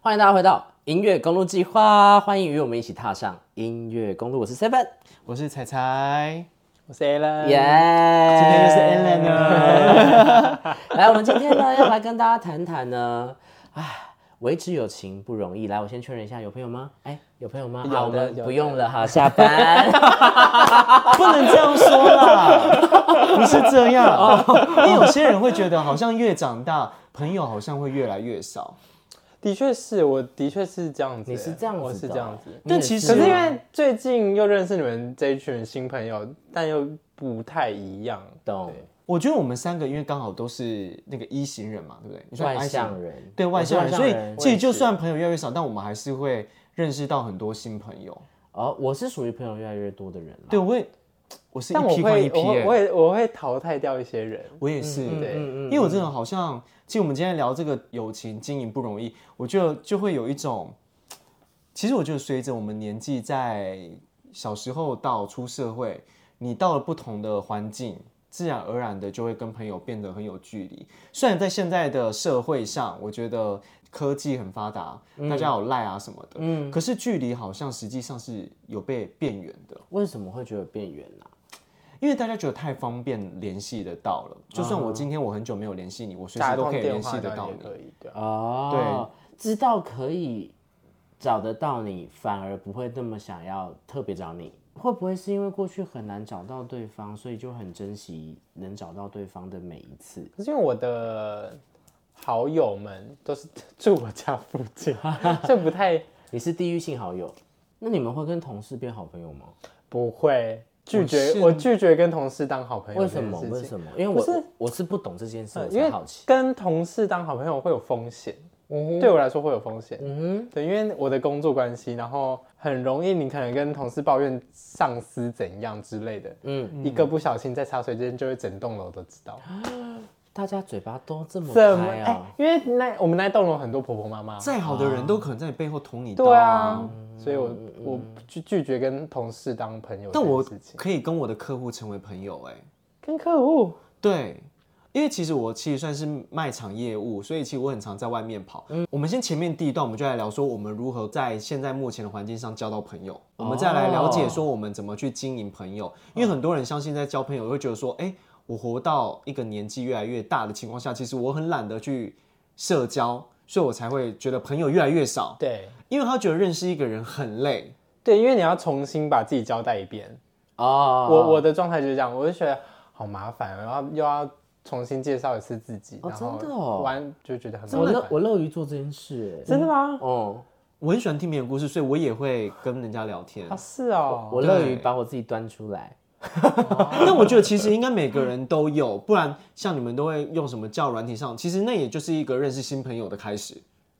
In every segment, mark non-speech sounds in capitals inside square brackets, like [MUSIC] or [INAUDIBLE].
欢迎大家回到音乐公路计划，欢迎与我们一起踏上音乐公路。我是 Seven，我是彩彩，我是 Alan，耶、今天又是 Alan 了。 [LAUGHS] 来，我们今天呢要来跟大家谈谈呢，唉，维持友情不容易。来，我先确认一下，有朋友吗？哎，有朋友吗？好，我有的们有不的用了，好，下班。不能这样说啦，不是这哦样，因为有些人会觉得好像越长大，朋友好像会越来越少。的确是，我的确是这样子。你是这样子的我是这样子。但其实可是因为最近又认识你们这一群新朋友，但又不太一样。懂我觉得我们三个因为刚好都是那个一型人嘛，对不对？你算外 I 型向人，对外向我人，是所以人其实就算朋友越来越少，但我们还是会认识到很多新朋友。哦，我是属于朋友越来越多的人了。对，我也，我是一但我批换会一，批我会，耶、我也我会淘汰掉一些人。我也是，嗯对因为我真的好像，其实我们今天聊这个友情经营不容易，我就就会有一种，其实我觉得随着我们年纪在小时候到出社会，你到了不同的环境，自然而然的就会跟朋友变得很有距离。虽然在现在的社会上，我觉得科技很发达，大家有赖啊什么的，嗯，可是距离好像实际上是有被变远的。为什么会觉得变远啊呢、因为大家觉得太方便联系得到了，就算我今天我很久没有联系你，我随嗯打时通都可以电联话系得当到然也你。可以，对啊。哦，对，知道可以找得到你，反而不会那么想要特别找你。会不会是因为过去很难找到对方，所以就很珍惜能找到对方的每一次？可是因为我的好友们都是住我家附 [LAUGHS] 近，就不太你是地域性好友，那你们会跟同事变好朋友吗？不会拒绝。是我拒绝跟同事当好朋友为这件什事么？情。为什么？因为我不是呃我是不懂这件事，我因才为好奇。跟同事当好朋友会有风险，对我来说会有风险。嗯对，因为我的工作关系，然后很容易你可能跟同事抱怨上司怎样之类的，嗯，一嗯个不小心在茶水间就会整栋楼都知道。大家嘴巴都这么怎么？开哎、啊！因为那我们那栋楼很多婆婆妈妈，再好的人都可能在你背后捅你刀、啊对啊，，所以我我拒拒绝跟同事当朋友这但我件嗯事情，可以跟我的客户成为朋友、哎，跟客户对，因为其实我其实算是卖场业务，所以其实我很常在外面跑。我们先前面第一段，我们就来聊说我们如何在现在目前的环境上交到朋友，我们再来了解说我们怎么去经营朋友。因为很多人相信在交朋友，会觉得说，哎、我活到一个年纪越来越大的情况下，其实我很懒得去社交，所以我才会觉得朋友越来越少，对因为他觉得认识一个人很累。对，因为你要重新把自己交代一遍，哦，我我的状态就是这样，我就觉得好麻烦，哦然后又要重新介绍一次自己，哦然后真的哦玩就觉得很我麻乐烦。我乐于做这件事、哎真的吗？哦，我很喜欢听别人故事，所以我也会跟人家聊天啊，。是哦，嗯我乐对于把我自己端出来。但我觉得其实应该每个人都有，不然像你们都会用什么叫软体上，其实那也就是一个认识新朋友的开始。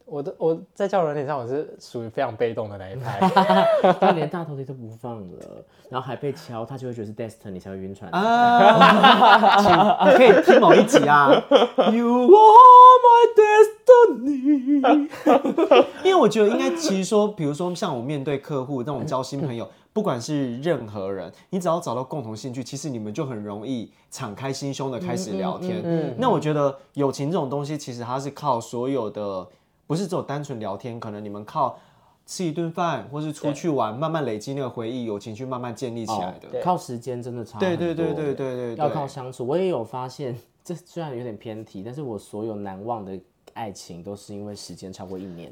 我的我在交友软体上我是属于非常被动的那一派， [LAUGHS] 他连大头贴都不放了，然后还被敲，他就会觉得是 Destiny 才会晕 [LAUGHS] 船。啊，你可以听某一集啊。 You are my destiny。 [LAUGHS] 因为我觉得应该，其实说，比如说像我面对客户那种交新朋友，不管是任何人，你只要找到共同兴趣，其实你们就很容易敞开心胸的开始聊天。那我觉得友情这种东西，其实它是靠所有的，不是只有单纯聊天，可能你们靠吃一顿饭或是出去玩，慢慢累积那个回忆，友情去慢慢建哦立起来的。靠时间真的差很对多。对对对对对要对。靠相处。我也有发现，这虽然有点偏题，但是我所有难忘的爱情都是因为时间超过一年。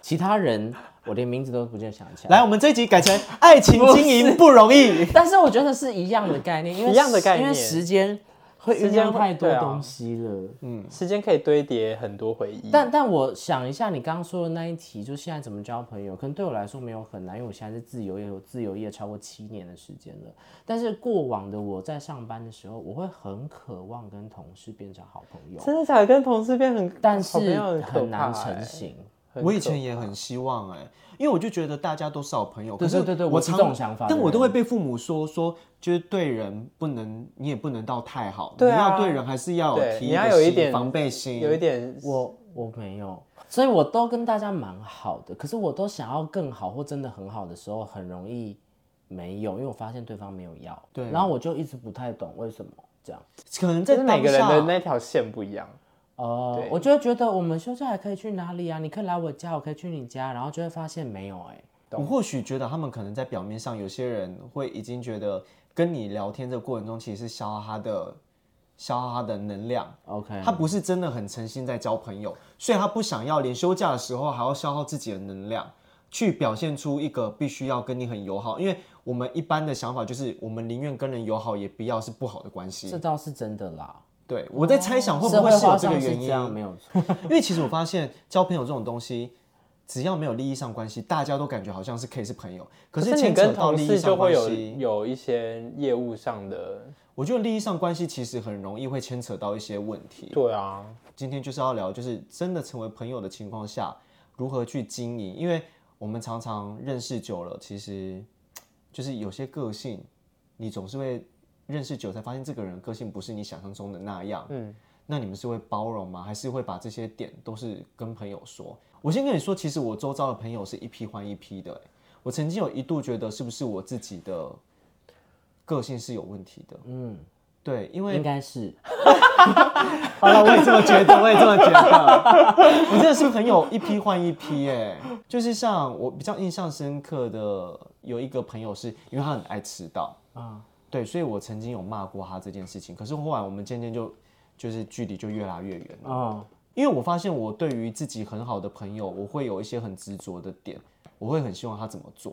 其他人我连名字都不见得想起来。来，我们这一集改成爱情经营不容易。但是我觉得是一样的概念，因为一样的概念因为时间会酝时间酿会太多对啊东西了。时间可以堆叠很多回忆。嗯但但我想一下，你刚刚说的那一题，就现在怎么交朋友，可能对我来说没有很难，因为我现在是自由业，我自由业超过七年的时间了。但是过往的我在上班的时候，我会很渴望跟同事变成好朋友，真的假的？跟同事变很，但好朋是友很可很难怕欸成型。很我以可前也很希望哎、因为我就觉得大家都是好朋友。对可是对对对我我是常这种想法的但我人都会被父母说说，就是对人不能，你也不能到太好，对啊你要对人还是要对提你个要有一心点防备心，有一点我我没有，所以我都跟大家蛮好的，可是我都想要更好或真的很好的时候，很容易没有，因为我发现对方没有要。对然后我就一直不太懂为什么这样。可能就在是每个人的当下那条线不一样。呃对，我就会觉得我们休假还可以去哪里啊？你可以来我家，我可以去你家，然后就会发现没有哎、我或许觉得他们可能在表面上，有些人会已经觉得跟你聊天的过程中，其实是消耗他的消耗他的能量，嗯 OK，他不是真的很诚心在交朋友，所以他不想要连休假的时候还要消耗自己的能量，去表现出一个必须要跟你很友好。因为我们一般的想法就是，我们宁愿跟人友好，也不要是不好的关系。这倒是真的啦。对我在猜想会不社会会是有化这上个是原这因，啊样没有错。因为其实我发现交朋友这种东西。只要没有利益上关系，大家都感觉好像是可以是朋友，可是你牵扯跟到同利益事就上关会有系，有一些业务上的，嗯我觉得利益上关系其实很容易会牵扯到一些问题。对啊，今天就是要聊，就是真的成为朋友的情况下，如何去经营？因为我们常常认识久了，其实就是有些个性，你总是会认识久才发现这个人个性不是你想象中的那样。嗯，那你们是会包容吗？还是会把这些点都是跟朋友说？我先跟你说，其实我周遭的朋友是一批换一批的、欸我曾经有一度觉得是不是我自己的个性是有问题的？嗯，对，因为应该是好了，我也这么觉得，我也这么觉得。我真的是朋友一批换一批哎、就是像我比较印象深刻的有一个朋友是，因为他很爱迟到啊，对，所以我曾经有骂过他这件事情。可是后来我们渐渐就就是距离就越拉越远，哦，因为我发现我对于自己很好的朋友，我会有一些很执着的点，我会很希望他怎么做。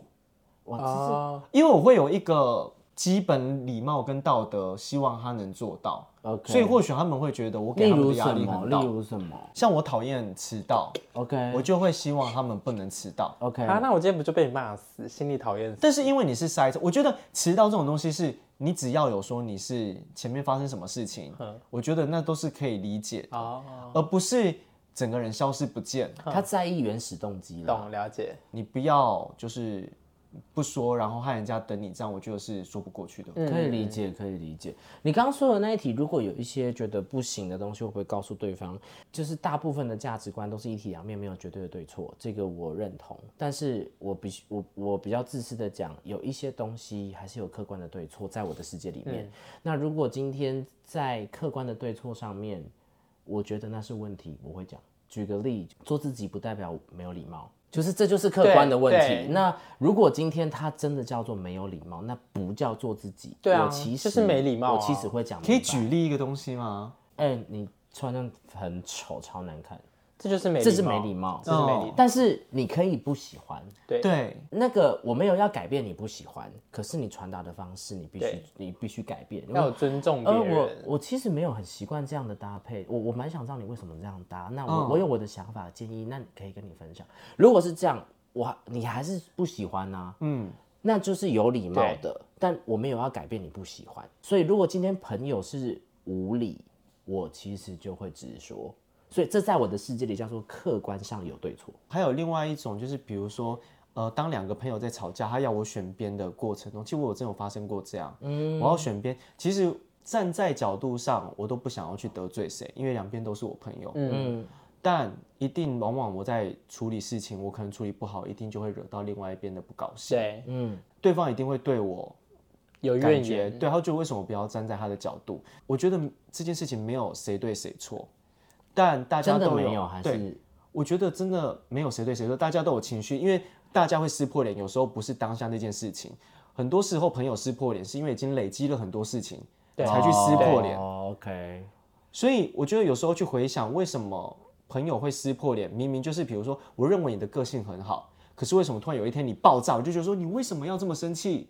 哇，这啊，因为我会有一个基本礼貌跟道德，希望他能做到。是 OK。所以或许他们会觉得我例给他们如的压什力么？很大例。如什么像我讨厌迟到， ？OK 嗯我就会希望他们不能迟到。 OK，啊，那我今天不就被你骂死，心里讨厌死。但是因为你是塞车，我觉得迟到这种东西是你只要有说你是前面发生什么事情，我觉得那都是可以理解，嗯哦，而不是整个人消失不见。他在意原始动机了。懂了解，你不要就是不说，然后害人家等你，这样我觉得是说不过去的。嗯可以理解，可以理解。你刚刚说的那一题，如果有一些觉得不行的东西，会不会告诉对方？就是大部分的价值观都是一体两面，没有绝对的对错，这个我认同。但是我比我我比较自私的讲，有一些东西还是有客观的对错，在我的世界里嗯面。那如果今天在客观的对错上面，我觉得那是问题，我会讲。举个例，做自己不代表没有礼貌，就是这就是客观的问对题。那如果今天他真的叫做没有礼貌，那不叫做自己。对啊我其实就是没礼貌啊我其实会讲明白，可以举例一个东西吗？哎、你穿的很丑，超难看，这就是没，这是没礼，貌。这是没礼哦貌。但是你可以不喜欢对对，那个，我没有要改变你不喜欢，可是你传达的方式，你必须对你必须改变。要有尊重别而呃我人。我其实没有很习惯这样的搭配，我我蛮想知道你为什么这样搭。那我、嗯我有我的想法建议，那你可以跟你分享。如果是这样，我还你还是不喜欢呢、嗯，那就是有礼貌的，但我没有要改变你不喜欢。所以如果今天朋友是无理，我其实就会直说。所以这在我的世界里叫做客观上有对错。还有另外一种就是，比如说，呃，当两个朋友在吵架，他要我选边的过程中，其实我有真有发生过这样，嗯，我要选边，其实站在角度上，我都不想要去得罪谁，因为两边都是我朋友，嗯，但一定往往我在处理事情，我可能处理不好，一定就会惹到另外一边的不高兴，对，对方一定会对我有感怨觉，言，对，他就觉得为什么不要站在他的角度？我觉得这件事情没有谁对谁错，但大家真都的没有有还对是我觉得真的没有谁对谁错，大家都有情绪，因为大家会撕破脸，有时候不是当下那件事情，很多时候朋友撕破脸是因为已经累积了很多事情才去撕破脸，哦 OK，所以我觉得有时候去回想为什么朋友会撕破脸，明明就是比如说我认为你的个性很好，可是为什么突然有一天你爆炸，我就觉得说你为什么要这么生气？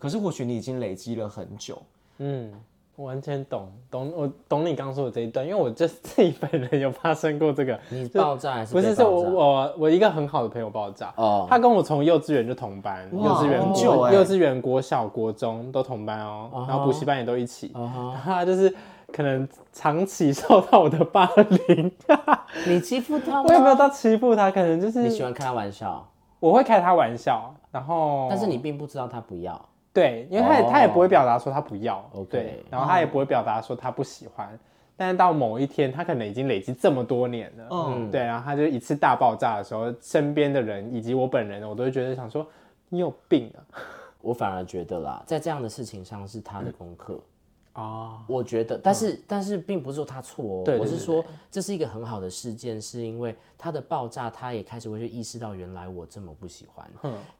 可是或许你已经累积了很久，嗯，我完全懂，懂我懂你刚说的这一段，因为我就自己本人有发生过这个，你爆炸 [LAUGHS] 还是不被是是我爆炸我我一个很好的朋友爆炸，哦他跟我从幼稚园就同班，幼哇稚园很国、久欸幼稚园国小国中都同班哦，然后补习班也都一起，哦然后他就是可能长期受到我的霸 [LAUGHS] 凌，你欺负他吗？我也没有到欺负他，可能就你喜是欢开他玩笑，我会开他玩笑，然后但是你并不知道他不要。对，因为他也、哦他也不会表达说他不要 OK 对，然后他也不会表达说他不喜欢。但是到某一天，他可能已经累积这么多年了，嗯，对，然后他就一次大爆炸的时候，身边的人以及我本人，我都会觉得想说，你有病啊！我反而觉得啦，在这样的事情上是他的功课，哦，我觉得，但是、但是并不是说他错哦，对对我是对说这是一个很好的事件，是因为他的爆炸，他也开始会去意识到原来我这么不喜欢，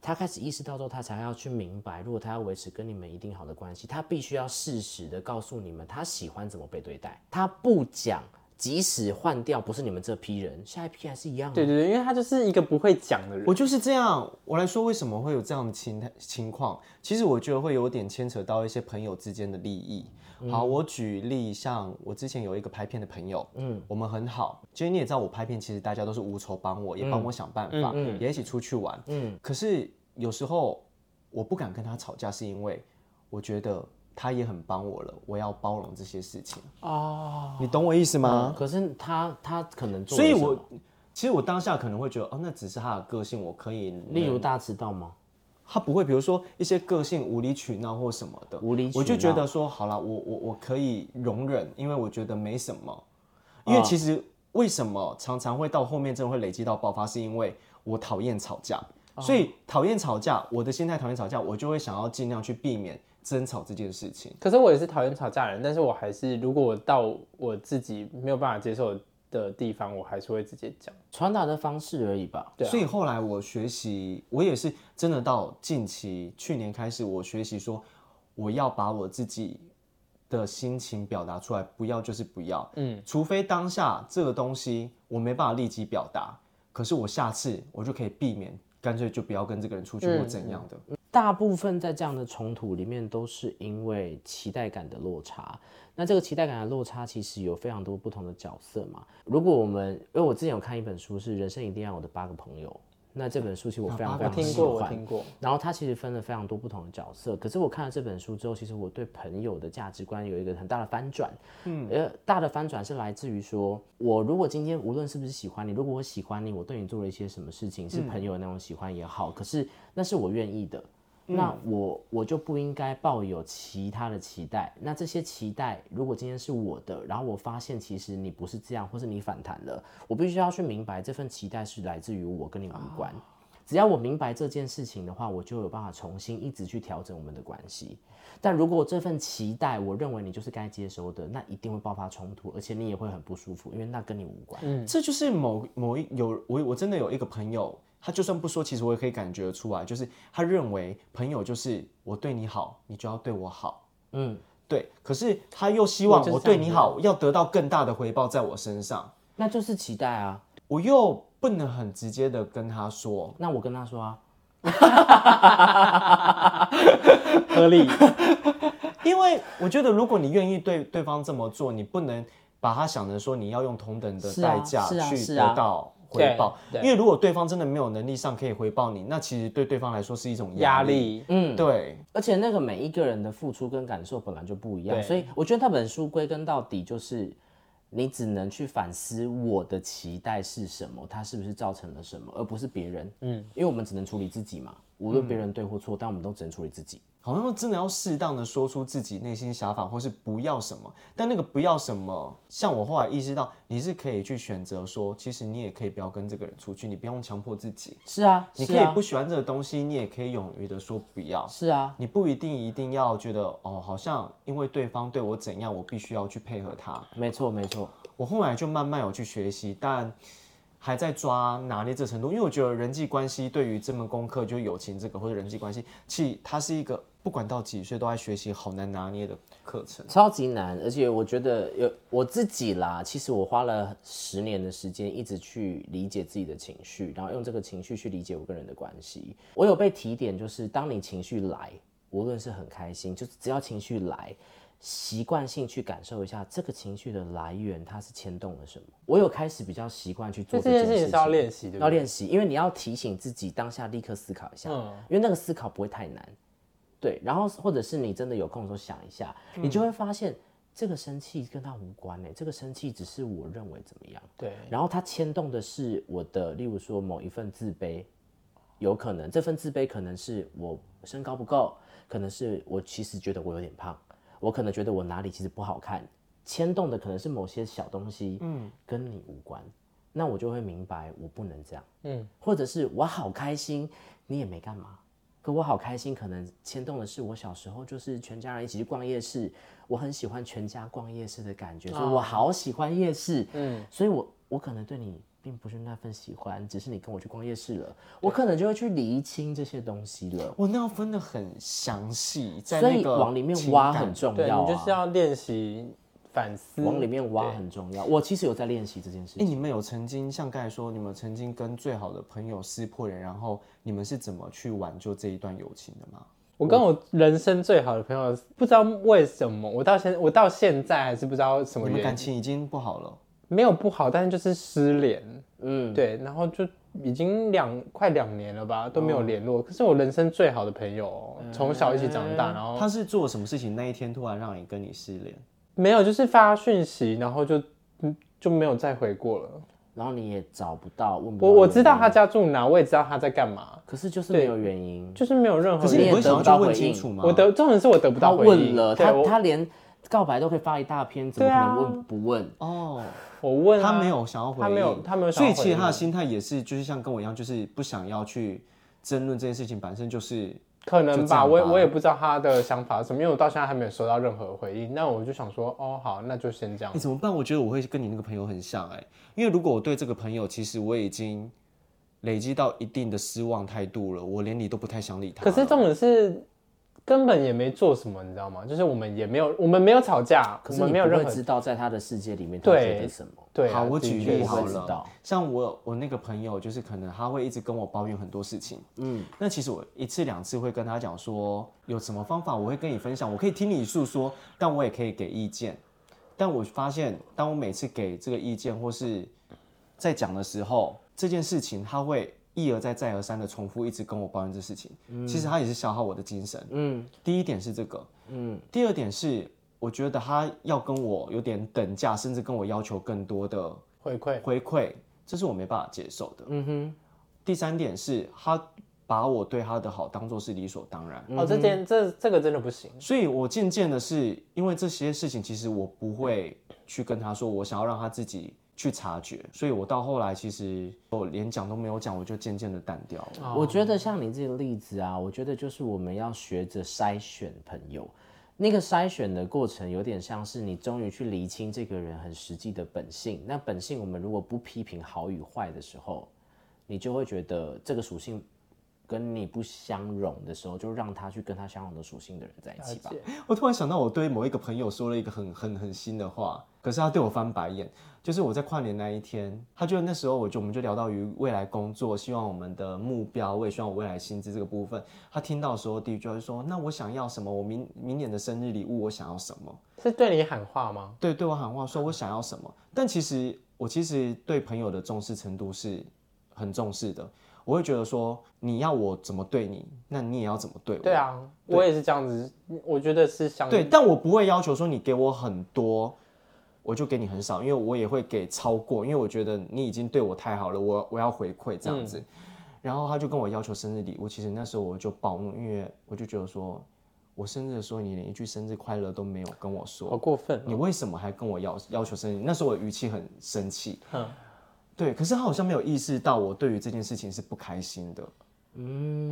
他开始意识到之后，他才要去明白，如果他要维持跟你们一定好的关系，他必须要适时的告诉你们他喜欢怎么被对待，他不讲，即使换掉不是你们这批人，下一批还是一样、啊，对对对，因为他就是一个不会讲的人。我就是这样，我来说为什么会有这样的情态情况？其实我觉得会有点牵扯到一些朋友之间的利益。好，我举例，像我之前有一个拍片的朋友，嗯，我们很好。其实你也知道，我拍片其实大家都是无酬帮我，也帮我想办法，也一起出去玩，嗯。可是有时候我不敢跟他吵架，是因为我觉得他也很帮我了，我要包容这些事情。哦，你懂我意思吗？啊嗯可是他他可能做了所以什么，我其实我当下可能会觉得，哦，那只是他的个性，我可以例如大迟到吗？他不会，比如说一些个性无理取闹或什么的，无理取闹我就觉得说好了，我我我可以容忍，因为我觉得没什么。啊因为其实为什么常常会到后面真的会累积到爆发，是因为我讨厌吵架，啊所以讨厌吵架，我的心态讨厌吵架，我就会想要尽量去避免争吵这件事情。可是我也是讨厌吵架的人，但是我还是如果我到我自己没有办法接受的地方，我还是会直接讲。传达的方式而已吧。对啊所以后来我学习，我也是真的到近期去年开始，我学习说我要把我自己的心情表达出来，不要就是不要，嗯，除非当下这个东西我没办法立即表达，可是我下次我就可以避免，干脆就不要跟这个人出嗯去或怎样的。大部分在这样的冲突里面，都是因为期待感的落差。那这个期待感的落差，其实有非常多不同的角色嘛。如果我们，因为我之前有看一本书，是《人生一定要有的八个朋友》，那这本书其实我非常非啊常我听喜过，我欢。听过。然后它其实分了非常多不同的角色，可是我看了这本书之后，其实我对朋友的价值观有一个很大的翻转。嗯，呃，大的翻转是来自于说，我如果今天无论是不是喜欢你，如果我喜欢你，我对你做了一些什么事情，是朋友的那种喜欢也好，可是那是我愿意的。那我我就不应该抱有其他的期待。那这些期待，如果今天是我的，然后我发现其实你不是这样，或是你反弹了，我必须要去明白这份期待是来自于我，跟你无关。只要我明白这件事情的话，我就有办法重新一直去调整我们的关系。但如果这份期待，我认为你就是该接收的，那一定会爆发冲突，而且你也会很不舒服，因为那跟你无关。这就是某某一有我我真的有一个朋友，他就算不说，其实我也可以感觉出来，就是他认为朋友就是我对你好，你就要对我好，嗯，对。可是他又希望我就是我这样对你好，要得到更大的回报在我身上，那就是期待啊。我又不能很直接的跟他说，那我跟他说啊，合理，因为我觉得如果你愿意对对方这么做，你不能把他想成说你要用同等的是啊代价是啊去是啊得到回报，对对因为如果对方真的没有能力上可以回报你，那其实对对方来说是一种 [LAUGHS] 压力力。嗯，对。而且那个每一个人的付出跟感受本来就不一样，对所以我觉得那本书归根到底就是，你只能去反思我的期待是什么，它是不是造成了什么，而不是别人。嗯，因为我们只能处理自己嘛，无论嗯别人对或错，但我们都只能处理自己。好像真的要适当的说出自己内心想法，或是不要什么。但那个不要什么，像我后来意识到，你是可以去选择说，其实你也可以不要跟这个人出去，你不用强迫自己，是啊，你是可以啊，不喜欢这个东西，你也可以勇于的说不要。是啊，你不一定一定要觉得哦，好像因为对方对我怎样，我必须要去配合他。没错没错。我后来就慢慢有去学习，但还在抓拿捏这程度，因为我觉得人际关系对于这门功课，就友情这个或者人际关系，其实它是一个不管到几岁都在学习，好难拿捏的课程。超级难，而且我觉得有我自己啦，其实我花了十年的时间一直去理解自己的情绪，然后用这个情绪去理解我跟人的关系。我有被提点，就是当你情绪来，无论是很开心，就是只要情绪来，习惯性去感受一下这个情绪的来源，它是牵动了什么。我有开始比较习惯去做所以这这件件事事情，情是要练习，对不要对？练习，因为你要提醒自己当下立刻思考一下，嗯因为那个思考不会太难。对，然后或者是你真的有空的时候想一下，你就会发现这个生气跟他无关呢、这个生气只是我认为怎么样，对，然后它牵动的是我的，例如说某一份自卑，有可能这份自卑可能是我身高不够，可能是我其实觉得我有点胖，我可能觉得我哪里其实不好看，牵动的可能是某些小东西，嗯，跟你无关，那我就会明白我不能这样，嗯，或者是我好开心，你也没干嘛，可我好开心，可能牵动的是我小时候就是全家人一起去逛夜市，我很喜欢全家逛夜市的感觉，所哦以我好喜欢夜市。嗯，所以我我可能对你并不是那份喜欢，只是你跟我去逛夜市了，我可能就会去厘清这些东西了。我那要分的很详细，在所那以个往里面情挖感很重对要你啊，就是要练习反思，往里面挖很重要。我其实有在练习这件事哎、嗯情。你们有曾经像刚才说，你们曾经跟最好的朋友撕破脸，然后你们是怎么去挽救这一段友情的吗？我跟我人生最好的朋友，不知道为什么，我到现我到现在还是不知道什么你们原感因，情已经不好了，没有不好，但是就是失联，嗯，哦对，然后就已经两快两年了吧，都没有联络。可是我人生最好的朋友哦，嗯从小一起长大，然后他是做什么事情那一天突然让你跟你失联？没有就是发讯息，然后就嗯就没有再回过了。然后你也找不到，问不我到我原知道因，他家住哪，我也知道他在干嘛，可是就是没有原因。就是没有任何可是你你也不会得想不要到去问回清应楚吗？我得重点是我得不他到回问应，了，对他我啊他连告白都可以发一大篇，怎么可能问不问？哦，我问啊他没有想要回应，他没有他没有所想要以其回应啊实他的心态也是，就是像跟我一样，就是不想要去争论这件事情，本身就是可就能这吧，样我也吧我也不知道他的想法是什么，因为我到现在还没有收到任何回应。那我就想说，哦，好，那就先这样你、。哎怎么办？我觉得我会跟你那个朋友很像哎、因为如果我对这个朋友，其实我已经累积到一定的失望态度了，我连理都不太想理他可了。是重点是根本也没做什么，你知道吗？就是我们也没有，我们没有吵架，可我是你们不没有任会何知道在他的世界里面他对觉得什么。对啊、好，我的举例确是好会知道了，像我我那个朋友，就是可能他会一直跟我抱怨很多事情，嗯，那其实我一次两次会跟他讲说，有什么方法我会跟你分享，我可以听你诉说，但我也可以给意见。但我发现，当我每次给这个意见或是在讲的时候，这件事情他会一而再再而三的重复，一直跟我抱怨这事情，其实他也是消耗我的精神。嗯第一点是这个，嗯，第二点是我觉得他要跟我有点等价，甚至跟我要求更多的。回馈。回馈，这是我没办法接受的。嗯哼，第三点是他把我对他的好当做是理所当然，哦，这件这这个真的不行。所以我渐渐的是因为这些事情，其实我不会去跟他说，我想要让他自己去察觉，所以我到后来其实我连讲都没有讲，我就渐渐的淡掉了。我觉得像你这个例子啊，我觉得就是我们要学着筛选朋友。那个筛选的过程有点像是你终于去厘清这个人很实际的本性。那本性我们如果不批评好与坏的时候，你就会觉得这个属性跟你不相容的时候，就让他去跟他相容的属性的人在一起吧。我突然想到，我对某一个朋友说了一个很很很新的话，可是他对我翻白眼。就是我在跨年那一天，他就那时候我就我们就聊到于未来工作，希望我们的目标，我也希望我未来薪资这个部分。他听到的时候第一句话就说：“那我想要什么？我明明年的生日礼物我想要什么是对你喊话吗？？”对，对我喊话说我想要什么。但其实我其实对朋友的重视程度是很重视的，我会觉得说你要我怎么对你，那你也要怎么对我。对啊，我也是这样子，我觉得是相对，但我不会要求说你给我很多，我就给你很少，因为我也会给超过，因为我觉得你已经对我太好了，我我要回馈这样子。然后他就跟我要求生日礼物，其实那时候我就暴怒，因为我就觉得说，我生日的时候你连一句生日快乐都没有跟我说，好过分。你为什么还跟我要要求生日？那时候我语气很生气，嗯对，可是他好像没有意识到我对于这件事情是不开心的。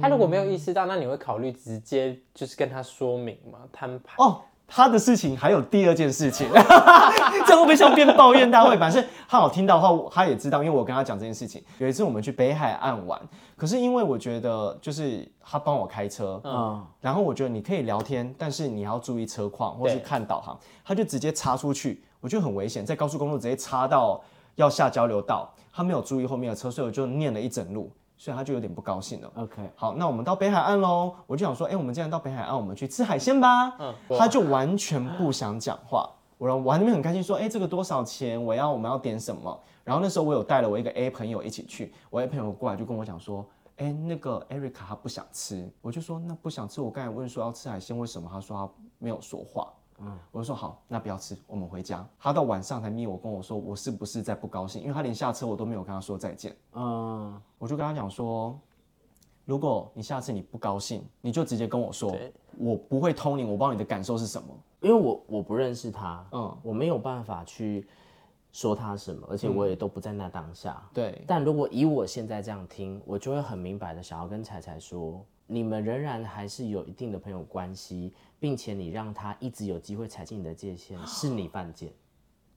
他如果没有意识到，那你会考虑直接就是跟他说明吗？摊牌。哦，他的事情还有第二件事情， [LAUGHS] 这样会不会像变抱怨大会？反正他有听到的话，他也知道，因为我跟他讲这件事情。有一次我们去北海岸玩，可是因为我觉得就是他帮我开车，嗯，然后我觉得你可以聊天，但是你要注意车况或是对看导航，他就直接插出去，我觉得很危险，在高速公路直接插到要下交流道，他没有注意后面的车，所以我就念了一整路，所以他就有点不高兴了。 OK，好，那我们到北海岸喽。我就想说，哎、我们既然到北海岸，我们去吃海鲜吧。嗯他就完全不想讲话。我让我还那边很开心，说，哎、这个多少钱？我要我们要点什么？然后那时候我有带了我一个 A 朋友一起去，我 A 朋友过来就跟我讲说，哎、那个 Erica 她不想吃。我就说那不想吃，我刚才问说要吃海鲜，为什么？他说他没有说话。嗯，我就说好，那不要吃，我们回家。他到晚上才密我跟我说，我是不是在不高兴？因为他连下车我都没有跟他说再见。嗯，我就跟他讲说，如果你下次你不高兴，你就直接跟我说，我不会通灵，我不知道你的感受是什么。因为我我不认识他，嗯嗯，我没有办法去说他什么，而且我也都不在那当下。对，但如果以我现在这样听，我就会很明白的想要跟彩彩说，你们仍然还是有一定的朋友关系，并且你让他一直有机会踩进你的界限，是你犯贱，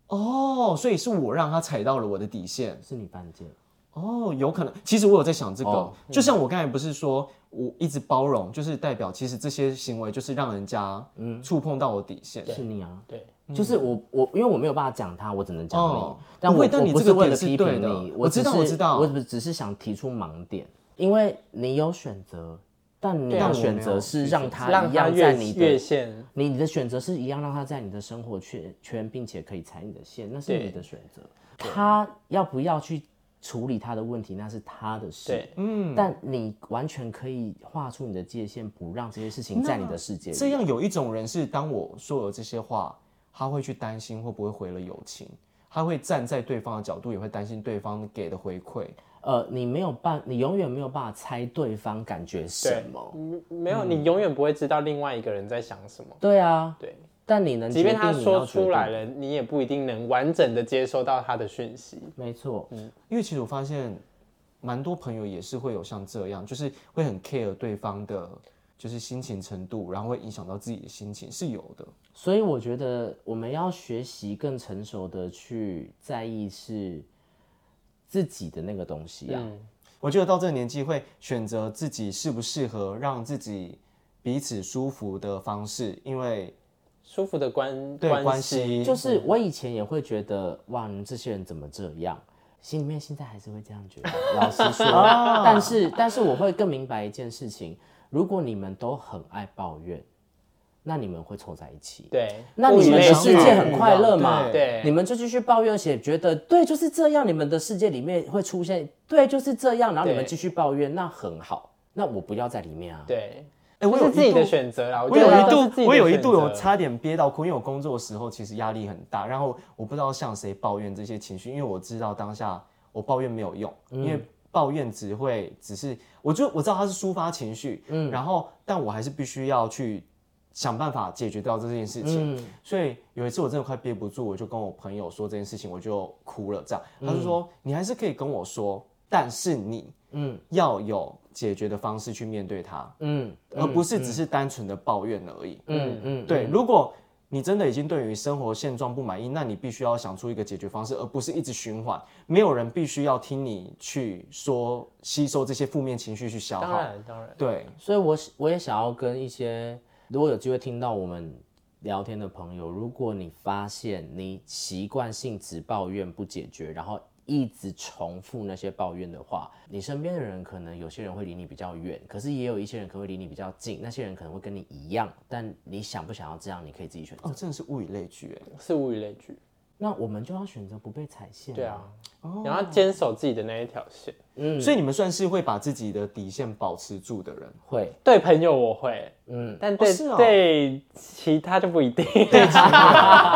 哦，所以是我让他踩到了我的底线。是你犯贱。哦，有可能。其实我有在想这个，哦就像我刚才不是说，我一直包容，就是代表其实这些行为就是让人家触碰到我底线。是你啊，对，就是我我因为我没有办法讲他，我只能讲你。嗯哦但不我会但我你不这是个为点了是批对评的你，我只知道我是知道我只只是想提出盲点，因为你有选择，但你但的啊我选没择有是让他让一他样在越你越的。线，你你的选择是一样，让他在你的生活圈圈，并且可以踩你的线，那是对你的选择。他要不要去处理他的问题，那是他的事。对，嗯，但你完全可以画出你的界限，不让这些事情在你的世界里。这样有一种人是，当我说了这些话，他会去担心会不会毁了友情，他会站在对方的角度，也会担心对方给的回馈。呃，你没有办，你永远没有办法猜对方感觉什么。嗯没有，你永远不会知道另外一个人在想什么。对啊，对，但你能即决定便你他要说决定出来，了，你也不一定能完整的接收到他的讯息。没错，嗯因为其实我发现，蛮多朋友也是会有像这样，就是会很 care 对方的，就是心情程度，然后会影响到自己的心情，是有的。所以我觉得我们要学习更成熟的去在意是自己的那个东西啊。我觉得到这个年纪会选择自己适不适合让自己彼此舒服的方式，因为舒服的关对关系，系嗯就是我以前也会觉得，哇，你们这些人怎么这样？心里面现在还是会这样觉 [LAUGHS] 得，老实说。哦但是，但是我会更明白一件事情：如果你们都很爱抱怨，那你们会凑在一起。对，那物你以们类的聚世界很快乐嘛？对对你们就继续抱怨，且觉得对就是这样，你们的世界里面会出现对就是这样，然后你们对继续抱怨，那很好，那我不要在里面啊。对，哎我有这是自己的一度选择啦。我觉有得一都是自度，己的我有一度选有择差点憋到哭，因为我工作的时候其实压力很大，然后我不知道向谁抱怨这些情绪，因为我知道当下我抱怨没有用，因嗯为抱怨只会只是，我就我知道它是抒发情绪，嗯，然后但我还是必须要去想办法解决掉这件事情，嗯所以有一次我真的快憋不住，我就跟我朋友说这件事情，我就哭了，这样，他嗯就说、你还是可以跟我说，但是你嗯要有解决的方式去面对它，嗯而不是只是单纯的抱怨而已。嗯嗯，对，如果你真的已经对于生活现状不满意，那你必须要想出一个解决方式，而不是一直循环。没有人必须要听你去说吸收这些负面情绪去消当耗。然当然，对，所以我我也想要跟一些如果有机会听到我们聊天的朋友，如果你发现你习惯性只抱怨不解决，然后一直重复那些抱怨的话，你身边的人可能有些人会离你比较远，可是也有一些人可能会离你比较近，那些人可能会跟你一样，但你想不想要这样，你可以自己选择。哦，真的是物以类聚哎。是物以类聚。那我们就要选择不被踩线、对啊，，嗯哦然后坚守自己的那一条线。嗯，所以你们算是会把自己的底线保持住的人。会，对朋友我会，嗯，但对、是哦对其他就不一定。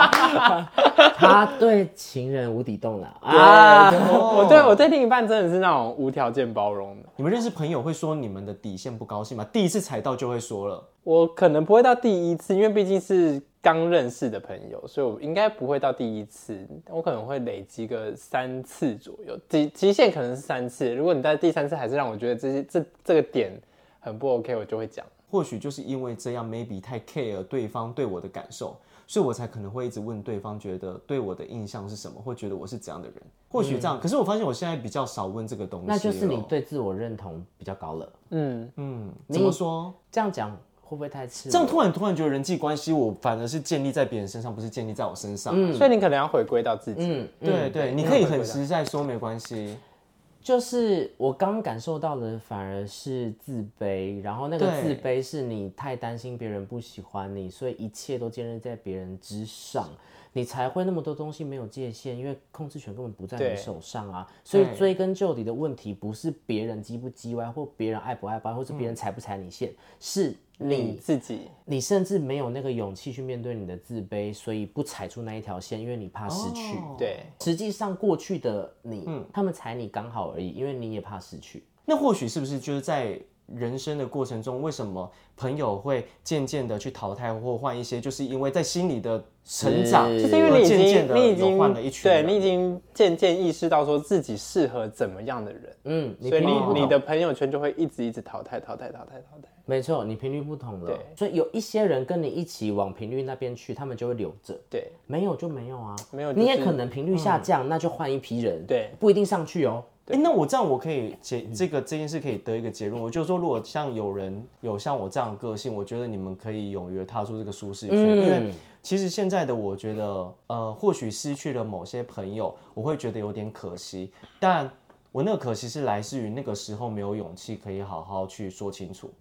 他对情人无底洞了 [LAUGHS] [LAUGHS] 啊，啊， [LAUGHS] 哦我对我对另一半真的是那种无条件包容的。你们认识朋友会说你们的底线不高兴吗？第一次踩到就会说了。我可能不会到第一次，因为毕竟是刚认识的朋友，所以我应该不会到第一次。我可能会累积个三次左右，极极限可能是三次。如果你在第三次还是让我觉得这这这个点很不 OK，我就会讲。或许就是因为这样，maybe 太 care 对方对我的感受，所以我才可能会一直问对方，觉得对我的印象是什么，或觉得我是怎样的人。或许这样，可是我发现我现在比较少问这个东西嗯了。那就是哦你对自我认同比较高了。嗯，嗯，怎么说？这样讲会不会太赤这样裸？突然突然觉得人际关系，我反而是建立在别人身上，不是建立在我身上。所以你可能要回归到自己。对嗯对，你可以很实在说没关系。就是我刚感受到的反而是自卑，然后那个对自卑是你太担心别人不喜欢你，所以一切都建立在别人之上，你才会那么多东西没有界限，因为控制权根本不在对你手上啊。所以追根究底的问题不是别人叽不叽歪，或别人爱不爱吧，嗯或是别人踩不踩你线，是你你自己你甚至没有那个勇气去面对你的自卑，所以不踩出那一条线，因为你怕失去。哦对，实际上过去嗯的你，他们踩你刚好而已，因为你也怕失去。那或许是不是就是在人生的过程中，为什么朋友会渐渐的去淘汰或换一些，就是因为在心理的成长，是就是因为你已渐渐经的你已有经换了一群对人，你已经渐渐意识到说自己适合怎么样的人，嗯，所频以率不你你同的朋友圈就会一直一直淘汰淘汰淘汰淘汰。没错，你频率不同了对，所以有一些人跟你一起往频率那边去，他们就会留着。对没有就没有啊，没有你就也是嗯可能频率下降，那就换一批人，对，不一定上去哦。哎、那我这样我可嗯以结这个这件事可以得一个结论，我就说，如果像有人有像我这样的个性，我觉得你们可以勇于地踏出这个舒适区，嗯因为其实现在的我觉得，呃，或许失去了某些朋友，我会觉得有点可惜，但我那个可惜是来自于那个时候没有勇气可以好好去说清楚。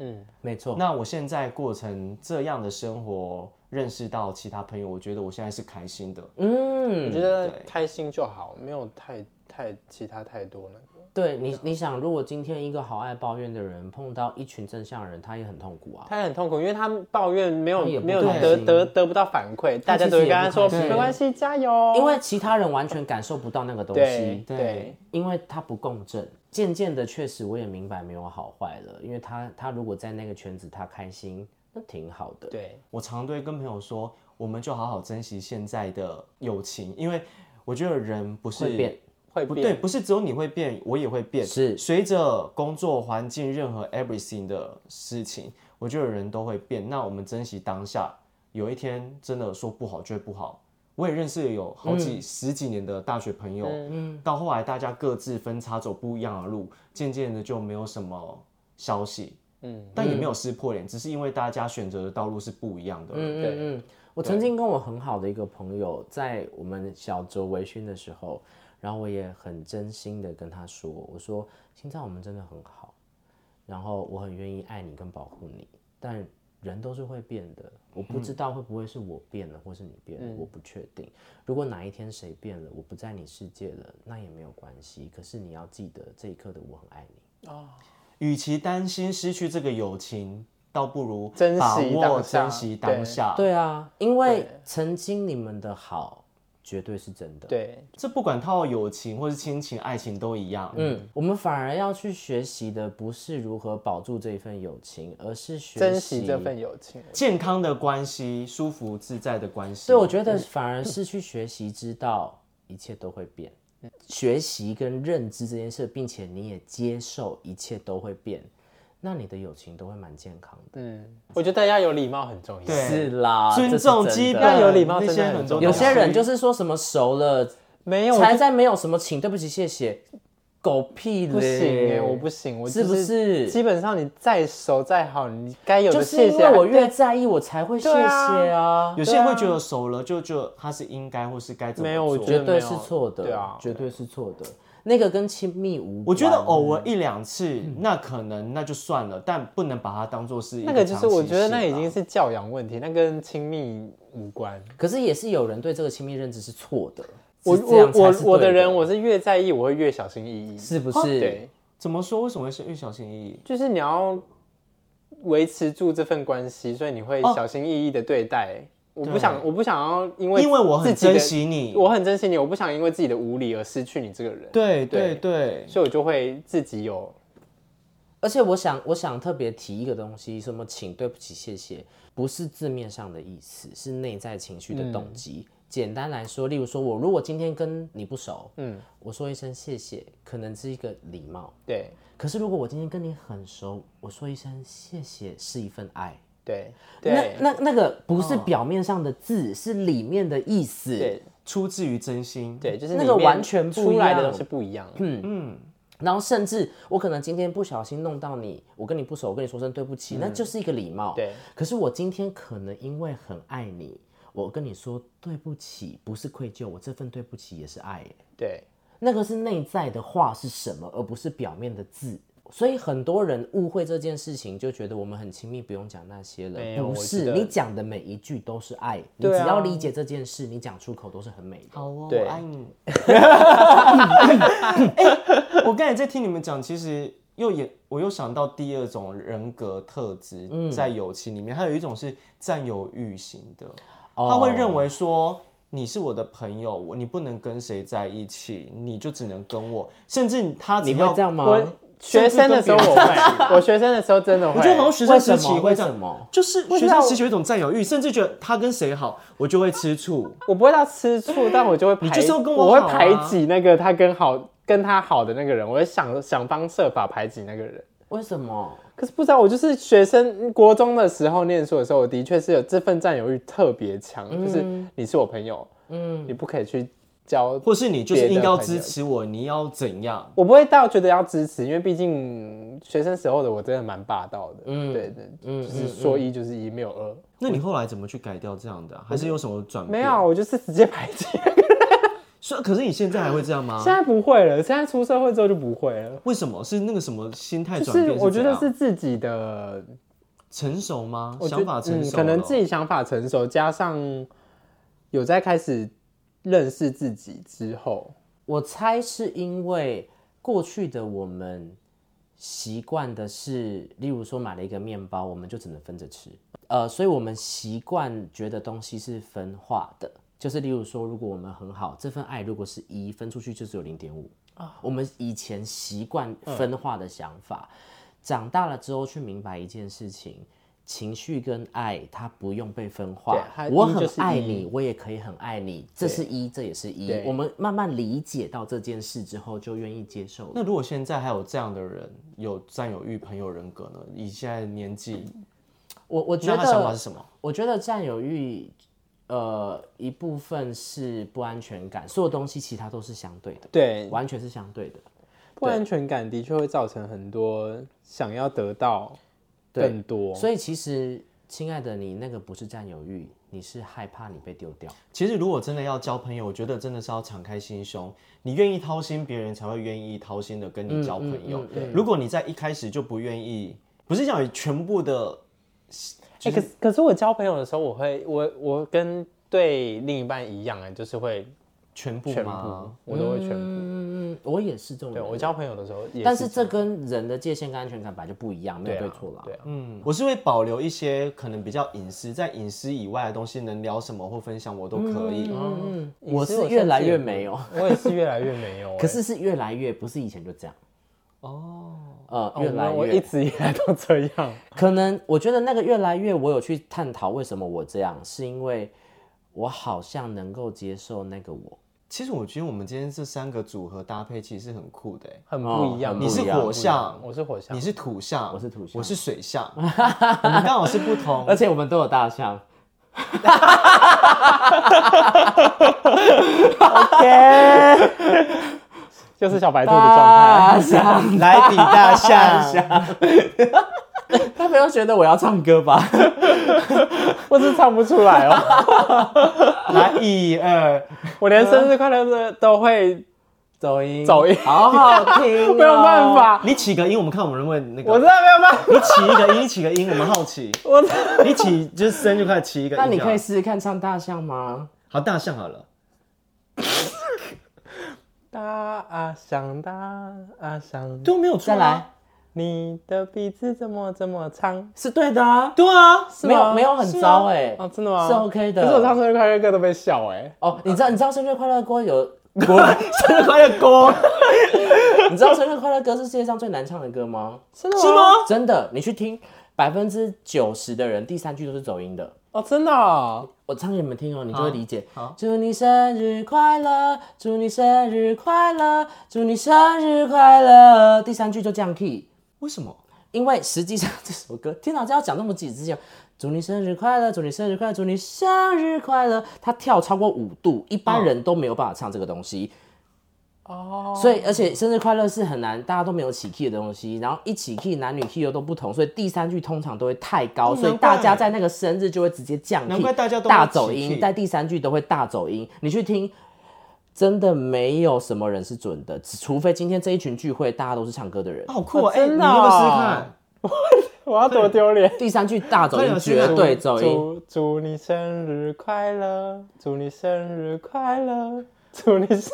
没错，那我现在过成这样的生活，认识到其他朋友，我觉得我现在是开心的。我嗯，觉得对开心就好，没有太太其他太多那个，对你，你想，如果今天一个好爱抱怨的人碰到一群正向的人，他也很痛苦啊。他也很痛苦，因为他抱怨没有他也不没有开得心得得不到反馈，他其大家实都会跟也他不说开心没关系，加油。因为其他人完全感受不到那个东西哦对，对因为他不共振。渐渐的，确实我也明白没有好坏了，因为他他如果在那个圈子他开心，那挺好的。对，我常对跟朋友说，我们就好好珍惜现在的友情，因为我觉得人不是会变，会不变对，不是只有你会变，我也会变。是随着工作环境任何 everything 的事情，我觉得人都会变。那我们珍惜当下，有一天真的说不好就会不好。我也认识有好几、嗯十几年的大学朋友，到后来大家各自分叉走不一样的路，渐渐的就没有什么消息，嗯，但也没有撕破脸，只是因为大家选择的道路是不一样的。嗯嗯嗯，我曾经跟我很好的一个朋友，在我们小酌微醺的时候，然后我也很真心的跟他说，我说现在我们真的很好，然后我很愿意爱你跟保护你，但人都是会变的，我不知道会不会是我变了，或是你变了，我不确定。如果哪一天谁变了，我不在你世界了，那也没有关系。可是你要记得这一刻的我很爱你。与其担心失去这个友情，倒不如珍惜把握当下珍惜当对下。对啊，因为曾经你们的好绝对是真的。对这不管套友情或是亲情、爱情都一样。嗯，嗯，我们反而要去学习的不是如何保住这份友情，而是学习珍惜这。份友情。健康的关系、舒服自在的关系，对，我觉得反而是去学习，知道一切都会变。学习跟认知这件事，并且你也接受一切都会变，那你的友情都会蛮健康的。嗯，我觉得大家有礼貌很重要。对是啦，啊尊重基本，要要有礼貌那真些的很重重要有些人就是是说什么熟了，没有我才就在没有什么请对不起谢谢，狗屁嘞！不行哎，我不行，我是不就是基本上你再熟再好，你该有就的是谢因谢啊为还。我越在意，我才会谢谢对啊啊有些人会觉得熟了就就他是应该或是该怎么没有我做觉得绝对没是有错的，对啊绝对是错的。那个跟亲密无关，我觉得哦偶尔一两次，那可能那就算了，但不能把它当做是一嗯那个就长是我期觉得性那啊已经啦是教养问题，那跟亲密无关。可是也是有人对这个亲密认知是错的。我是这我样才我是我对的的人，我是越在意，我会越小心翼翼。哦是不是？对，怎么说？为什么会越小心翼翼？就是你要维持住这份关系，所以你会哦小心翼翼的对待。我不对想，我不想要因为因为我自很己的珍惜你，我很珍惜你，我不想因为自己的无理而失去你这个人，对对对对，所以我就会自己有而且我想，我想特别提一个东西，什么请对不起、谢谢，不是字面上的意思，是内在情绪的动机。嗯简单来说，例如说我如果今天跟你不熟，嗯，我说一声谢谢，可能是一个礼貌。对可是如果我今天跟你很熟，我说一声谢谢是一份爱。对对哦那那那个不是表面上的字，是里面的意思。对出自于真心。对，就是那里个面完全不一出来的样东西不一样。嗯，然后甚至我可能今天不小心弄到你，我跟你不熟，我跟你说声对不起，那就是一个礼貌。嗯对。可是我今天可能因为很爱你，我跟你说对不起，不是愧疚，我这份对不起也是爱耶。对那个是内在的话是什么，而不是表面的字。所以很多人误会这件事情，就觉得我们很亲密，不用讲那些没了。有不我觉是，得你讲的每一句都是爱，你只对啊要理解这件事，你讲出口都是很美的。好哦，对我 [LAUGHS] 爱你。哎，我刚才在听你们讲，其实又也我又想到第二种人格特质，嗯在友情里面，还有一种是占有欲型的，哦他会认为说。你是我的朋友，我你不能跟谁在一起，你就只能跟我。甚至他只你会要这样吗？我学生的时候我会，我学生的时候 [LAUGHS] 真的会，我觉得好像学生为时什期么？会为这什样，么？就是知学道生时期有一种占有欲，甚至觉得他跟谁好，我就会吃醋。我不会到吃醋，但我就会排，你就是要跟我我好啊会排挤那个他跟好跟他好的那个人，我会想想方设法排挤那个人。为什么？可是不知道，我就是学生国中的时候念书的时候，我的确是有这份占有欲特别强，就是你是我朋友，嗯，你不可以去交，或是你就是应该要别的支朋友持我，你要怎样？我不会到觉得要支持，因为毕竟学生时候的我真的蛮霸道的，嗯，对对，就是说一就是一，没有二，那你后来怎么去改掉这样的啊、还是有什么转没变？有，我就是直接排挤。所以，可是你现在还会这样吗现？在不会了，现在出社会之后就不会了。为什么？是那个什么心态就转是变？我觉得怎是样自己的成熟吗？我觉想法成熟嗯，了、可能自己想法成熟，加上有在开始认识自己之后，我猜是因为过去的我们习惯的是，例如说买了一个面包，我们就只能分着吃，呃，所以我们习惯觉得东西是分化的，就是例如说，如果我们很好，这份爱如果是一分出去就只有零点五啊我们以前习惯分化的想法，长大了之后去明白一件事情。情绪跟爱，它不用被分化对它。我一很就是爱一你，我也可以很爱你，这是一，这也是一对。我们慢慢理解到这件事之后，就愿意接受了。那如果现在还有这样的人，有占有欲、朋友人格呢？以现在的年纪，我我觉那他想法得是，什么？我觉得占有欲，呃，一部分是不安全感，所有东西其他都是相对的，对完全是相对的。不安全感的确会造成很多想要得到更多。所以其实，亲爱的，你那个不是占有欲，你是害怕你被丢掉。其实，如果真的要交朋友，我觉得真的是要敞开心胸。你愿意掏心，别人才会愿意掏心的跟你交朋友。嗯嗯嗯对如果你在一开始就不愿意，不是讲全部的，哎、可是可是我交朋友的时候，我会我我跟对另一半一样哎、就是会全部全部吗？，我都会全部。嗯嗯嗯，我也是这种对人。我交朋友的时候也但是这样跟人的界限跟安全感本来就不一样，没对有啊对错啦。对啊，嗯，我是会保留一些可能比较隐私，在隐私以外的东西，能聊什么或分享我都可以。嗯，隐私我是甚越至来也越不没有，我也是越来越 [LAUGHS] 没有哎、可是是越来越，不是以前就这样。哦，哦呃，越来我越，一直以来都这样。可能我觉得那个越来越，我有去探讨为什么我这样，是因为我好像能够接受那个我。其实我觉得我们今天这三个组合搭配其实是很酷的、欸。很哦不一样。很你不是一样火象，我是火象你。是土象，我是土象我是水 [LAUGHS] 象，我们刚好是不 [LAUGHS] 同而。且我们都有大象， [LAUGHS] 就是小白兔的状 [LAUGHS] 态。大象，来比大 [LAUGHS] 象，他没有觉得我要唱歌吧？ [LAUGHS] 我是唱不出来哦，来一二，我连生日快乐的都会走音，走音，好好听、哦，没有办。法，你起个音，我们看我们能不能那嗯我真个。的没有办法， [LAUGHS] 你起一个音，你起个音，我们好奇。我真的你起就是生就快起一个音那啊。你可以试试看唱大象吗？好大象好了，大啊想大啊想，都没有啊出再来，你的鼻子怎么这么长？是对的啊，对啊，是没有吗没有很是吗糟哎、哦，真的吗？是 OK 的可是我唱生日快乐歌都被笑哎，哦，你知道你知道生日快乐歌有， [LAUGHS] 国生日快乐 [LAUGHS] 歌你知道生日快乐歌是世界上最难唱的歌吗？真的是吗？？真的，你去听，百分之九十的人第三句都是走音的。哦，真的 [LAUGHS] 哦，我唱给你们听哦，你就会理解好好。祝你生日快乐，祝你生日快乐，祝你生日快乐。第三句就降 key，为什么？因为实际上这首歌，天老这要讲那么几之前，祝你生日快乐，祝你生日快乐，祝你生日快乐。它跳超过五度，一般人都没有办法唱这个东西。哦，所以而且生日快乐是很难，大家都没有起 key 的东西，然后一起 key 男女 key 又都不同，所以第三句通常都会太高，哦所以难怪大家在那个生日就会直接降 key，难怪大家都没有大起走 key 音，在第三句都会大走音。你去听，真的没有什么人是准的，只除非今天这一群聚会大家都是唱歌的人。好酷哦哦！哎，你真要的不要试试哦看？我要多丢脸。第三句大走快音，点绝快点啊对走音。祝祝你生日快乐，祝你生日快乐，祝你生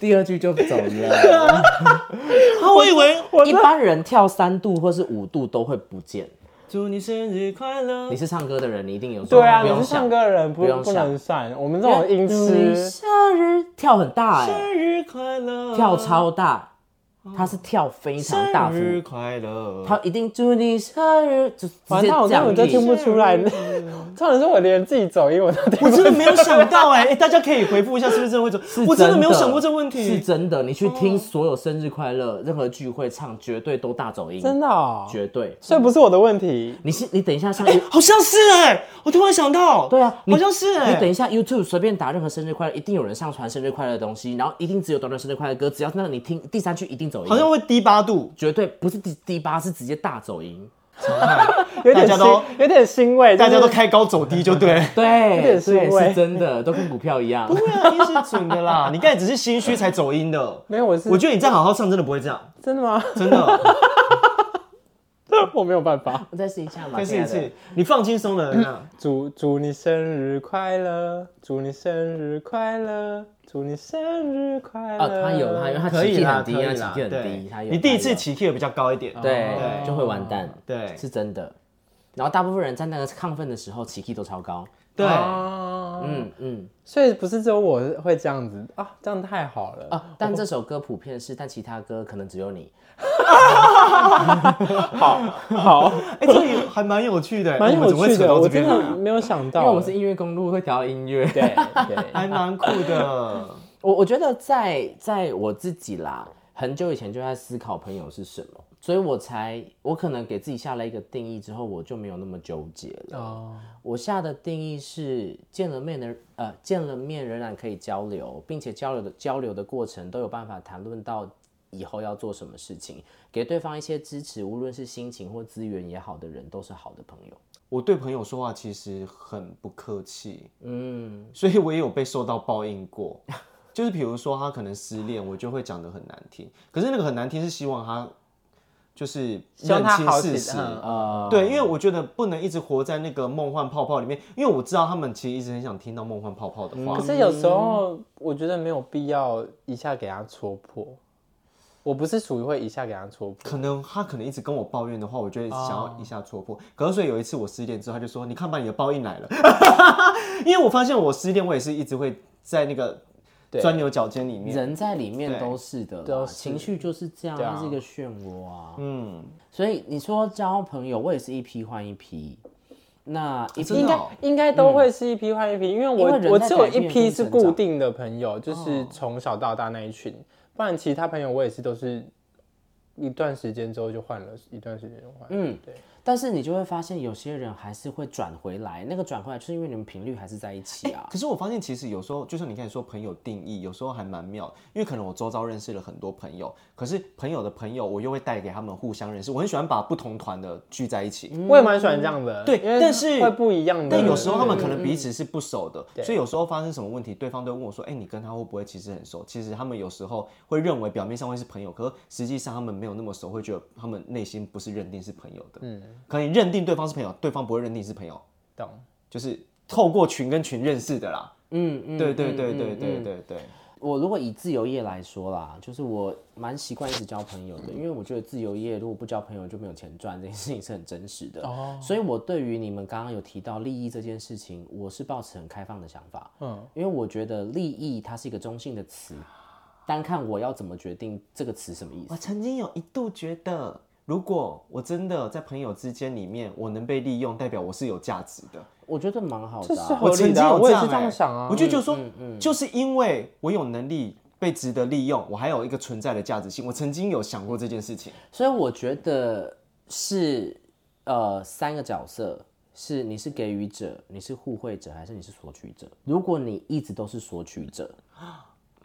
第二句就走了。啊，我以 [LAUGHS] 为我 [LAUGHS] 一般人跳三度或是五度都会不见。祝你生日快乐你。是唱歌的人，你一定有。对啊，哦不你用是想唱歌的人，不不用不想能算。我们这种音祝你痴，生日跳很大哎、生日快乐，跳超大。哦他是跳非常大幅，生日快乐！他一定祝你生日，就直反接正我这根样本就念听不出来。 [LAUGHS] 唱的是我连自己走音我都听我不真的没有想到 [LAUGHS] 哎、哎大家可以回复一下是不是这个问题？是我真的没有的想过这个是问题。哦真的。你去听所有生日快乐，任何聚会唱，绝对都大走音， [LAUGHS] 真的哦，绝对。所以不是我的问题。你是你等一下上哎、好像是哎、我突然想到，对啊，你好像是哎、你等一下，YouTube 随便打任何生日快乐，一定有人上传生日快乐的东西，然后一定只有短短生日快乐歌，只要那你听第三句一定走音，好像会低八度，绝对不是第第八，是直接大走音。有点大家欣都有点欣慰，大家都就是开高走低就对。对，有点欣对，慰是真的，都跟股票一样。对啊，一定是准的啦。 [LAUGHS] 你刚才只是心虚才走音的。没有，我是我觉得你再好好唱，真的不会这样，真的吗？ [LAUGHS] [LAUGHS] 真的。我没有办法。我再试一下嘛，再试一亲爱次的，，你放轻松了。那祝祝你生日快乐，祝你生日快乐，祝你生日快乐。哦，他有他有，他可起以气啦，很可低，以他啦。起气很低，他对，有。你第一他次有起哦 key 比较高一点。对，哦就会完蛋，对是真的。然后大部分人在那个亢奋的时候，起 key 都超高。对，哦啊嗯嗯所以不是只有我会这样子啊，这样太好了 [LAUGHS] 啊！啊，但这首歌普遍是，但其他歌可能只有你。好， [LAUGHS] 哎，这里还蛮有趣的，蛮我们有怎么会趣扯的，到我这真边啊 [LAUGHS] 的来，没有想因到。为我们是音乐公路会调到音乐。对对， [LAUGHS] 还蛮酷的。我我觉得在在我自己啦，很久以前就在思考朋友是什么，所以我才我可能给自己下了一个定义之后，我就没有那么纠结了。哦，我下的定义是见了面的呃见了面仍然可以交流，并且交流的交流的过程都有办法谈论到。以后要做什么事情，给对方一些支持，无论是心情或资源也好的人，都是好的朋友。我对朋友说话其实很不客气，嗯，所以我也有被受到报应过。就是比如说他可能失恋，我就会讲的很难听，可是那个很难听是希望他就是希望认他清好起事实，嗯呃，对，因为我觉得不能一直活在那个梦幻泡泡里面，因为我知道他们其实一直很想听到梦幻泡泡的话。可是有时候我觉得没有必要一下给他戳破。我不是属于会一下给他戳破，可能他可能一直跟我抱怨的话，我就会想要一下戳破。可是所以有一次我失恋之后，他就说：“你看吧，你的报应来了。” [LAUGHS] 因为我发现我失恋，我也是一直会在那个对钻牛角尖里面。人在里面对都是的啦，呃都是情绪就是这样，对啊它是一个漩涡啊。嗯，所以你说交朋友，我也是一批换一批。那一批真应的该哦应该都会是一批换一批，因为我因为人在我只有改变一批跟是成长固定的朋友，就是从小到大那一群，不然其他朋友我也是都是一段时间之后就换了，一段时间就换。嗯，对，但是你就会发现，有些人还是会转回来。那个转回来，就是因为你们频率还是在一起 [LAUGHS] 啊。可是我发现其实有时候，就像你刚才说朋友定义，有时候还蛮妙，因为可能我周遭认识了很多朋友，可是朋友的朋友，我又会带给他们互相认识。我很喜欢把不同团的聚在一起。我也蛮喜欢这样的。对因为但是会不一样的。但有时候他们嗯可能彼此是不熟的，所以有时候发生什么问题，对方都会问我说：“哎、你跟他会不会其实很熟？”其实他们有时候会认为表面上会是朋友，可是实际上他们没有那么熟，会觉得他们内心不是认定是朋友的。嗯，可能你认定对方是朋友，对方不会认定是朋友，懂。就是透过群跟群认识的啦。嗯嗯，对对嗯对嗯对嗯对对对，我如果以自由业来说啦，就是我蛮习惯一直交朋友的，因为我觉得自由业如果不交朋友就没有钱赚，这件事情是很真实的。哦，所以我对于你们刚刚有提到利益这件事情，我是抱持很开放的想法。嗯，因为我觉得利益它是一个中性的词，单看我要怎么决定这个词什么意我思。曾经有一度觉得，如果我真的在朋友之间里面，我能被利用，代表我是有价值的。我觉得蛮好这的是啊、合我理曾的经啊，有我也这是样这样欸想啊。我就觉得说，就是因为我有能力被值得利用，我还有一个存在的价值性。我曾经有想过这件事情，所以我觉得是呃三个角色，是你是给予者，你是互惠者，还是你是索取者？如果你一直都是索取者，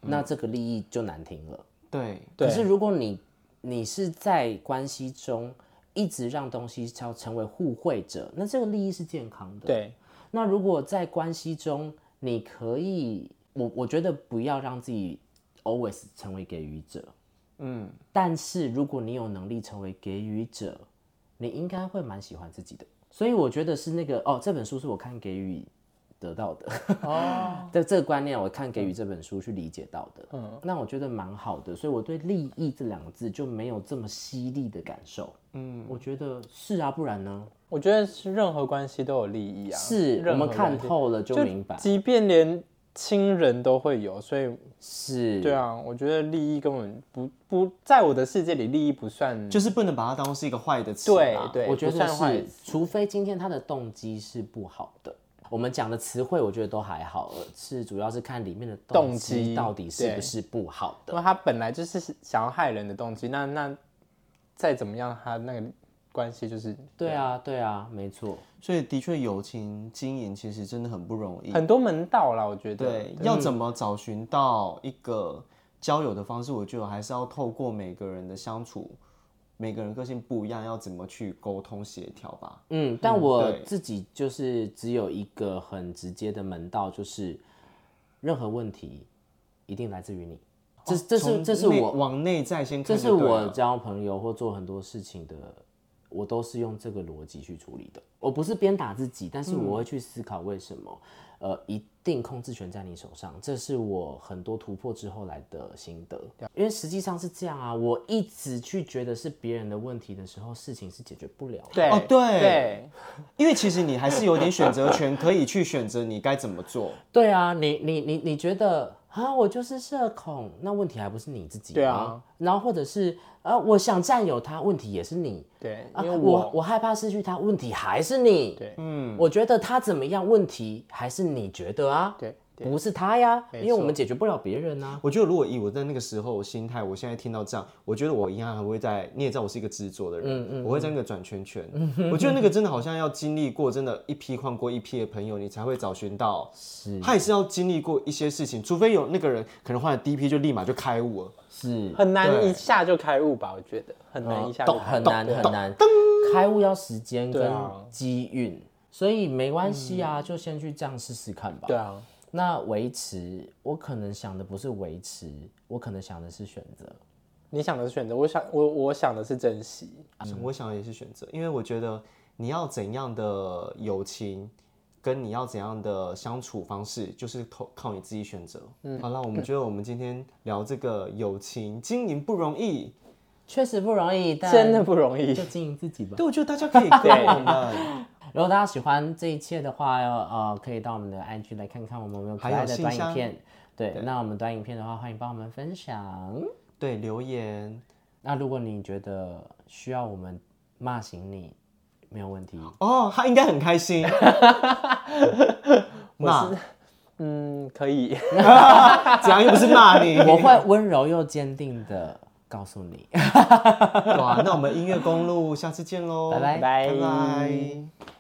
那这个利益就难听了。对，对可是如果你你是在关系中一直让东西成成为互惠者，那这个利益是健康的。对，那如果在关系中，你可以，我我觉得不要让自己 always 成为给予者，嗯，但是如果你有能力成为给予者，你应该会蛮喜欢自己的。所以我觉得是那个哦，这本书是我看给予得到的哦，的 [LAUGHS] 这个观念，我看给予这本书去理解到的，嗯，那我觉得蛮好的，所以我对利益这两个字就没有这么犀利的感受，嗯，我觉得是啊，不然呢？我觉得是任何关系都有利益啊。是我任何们看关系透了就明白，即便连亲人都会有，所以是，对啊，我觉得利益根本不不在我的世界里，利益不算就是不能把它当是一个坏的词啊对啦。对，我觉不得算坏是，除非今天他的动机是不好的。我们讲的词汇，我觉得都还好，呃是主要是看里面的动动机机到底是不对是不好因的。为他本来就是想要害人的动机，那那再怎么样，他那个关系就是对啊，对啊，没错。所以的确友情经营其实真的很不容易。很多门道啦，我觉得。对，要怎么找寻到一个交友的方式，我觉得还是要透过每个人的相处，每个人个性不一样，要怎么去沟通协调吧。嗯，但我对自己就是只有一个很直接的门道，就是任何问题一定来自于你。这这是从这是内我往内在先这看是就对了，我交朋友或做很多事情的，我都是用这个逻辑去处理的。我不是鞭打自己，但是我会去思考为什么。呃，一定控制权在你手上，这是我很多突破之后来的心得。因为实际上是这样啊，我一直去觉得是别人的问题的时候，事情是解决不了的。对哦对对，因为其实你还是有点选择权，可以去选择你该怎么做。对啊，你你你你觉得啊，我就是社恐，那问题还不是你自己吗？对啊然后或者是啊，我想占有他，问题也是你。对，啊、因为我我我害怕失去他，问题还是你。对嗯，我觉得他怎么样，问题还是你觉得啊，对对不是他呀，没因为我们错解决不了别人啊。我觉得如果以我在那个时候的心态，我现在听到这样，我觉得我一样还会在。你也知道我是一个执着的人，我会在那个转圈圈。我觉得那个真的好像要经历过，真的，一批换过一批的朋友，你才会找寻到。是，他也是要经历过一些事情，除非有那个人可能换了第一批就立马就开悟了。是，很难对一下就开悟吧，我觉得很难一下就呃嗯懂开很悟。难很难，开悟要时间对跟啊嗯机运，所以没关系啊，就先去这样试试看吧。对啊，那维持，我可能想的不是维持，我可能想的是选择。你想的是选择，我想我我想的是珍惜。啊嗯我想的也是选择，因为我觉得你要怎样的友情，跟你要怎样的相处方式，就是靠靠你自己选择。嗯好了，我们觉得我们今天聊这个友情经营不容易。确实不容易，但真的不容易就。经营自己吧。对，我觉得大家可以跟我们，如果大家喜欢这一切的话，呃，可以到我们的 IG 来看看我们有没有可还有爱的信短影箱片。对，那我们短影片的话，欢迎帮我们分享。 [LAUGHS] 对留言那如果你觉得需要我们骂醒你，没有问题。哦，他应该很 [LAUGHS] 开心。骂，嗯，可以。怎样又不是骂你？ [LAUGHS] 我会温柔又坚定的告诉你。啊哇，那我们音乐公路下次见喽，拜拜拜拜。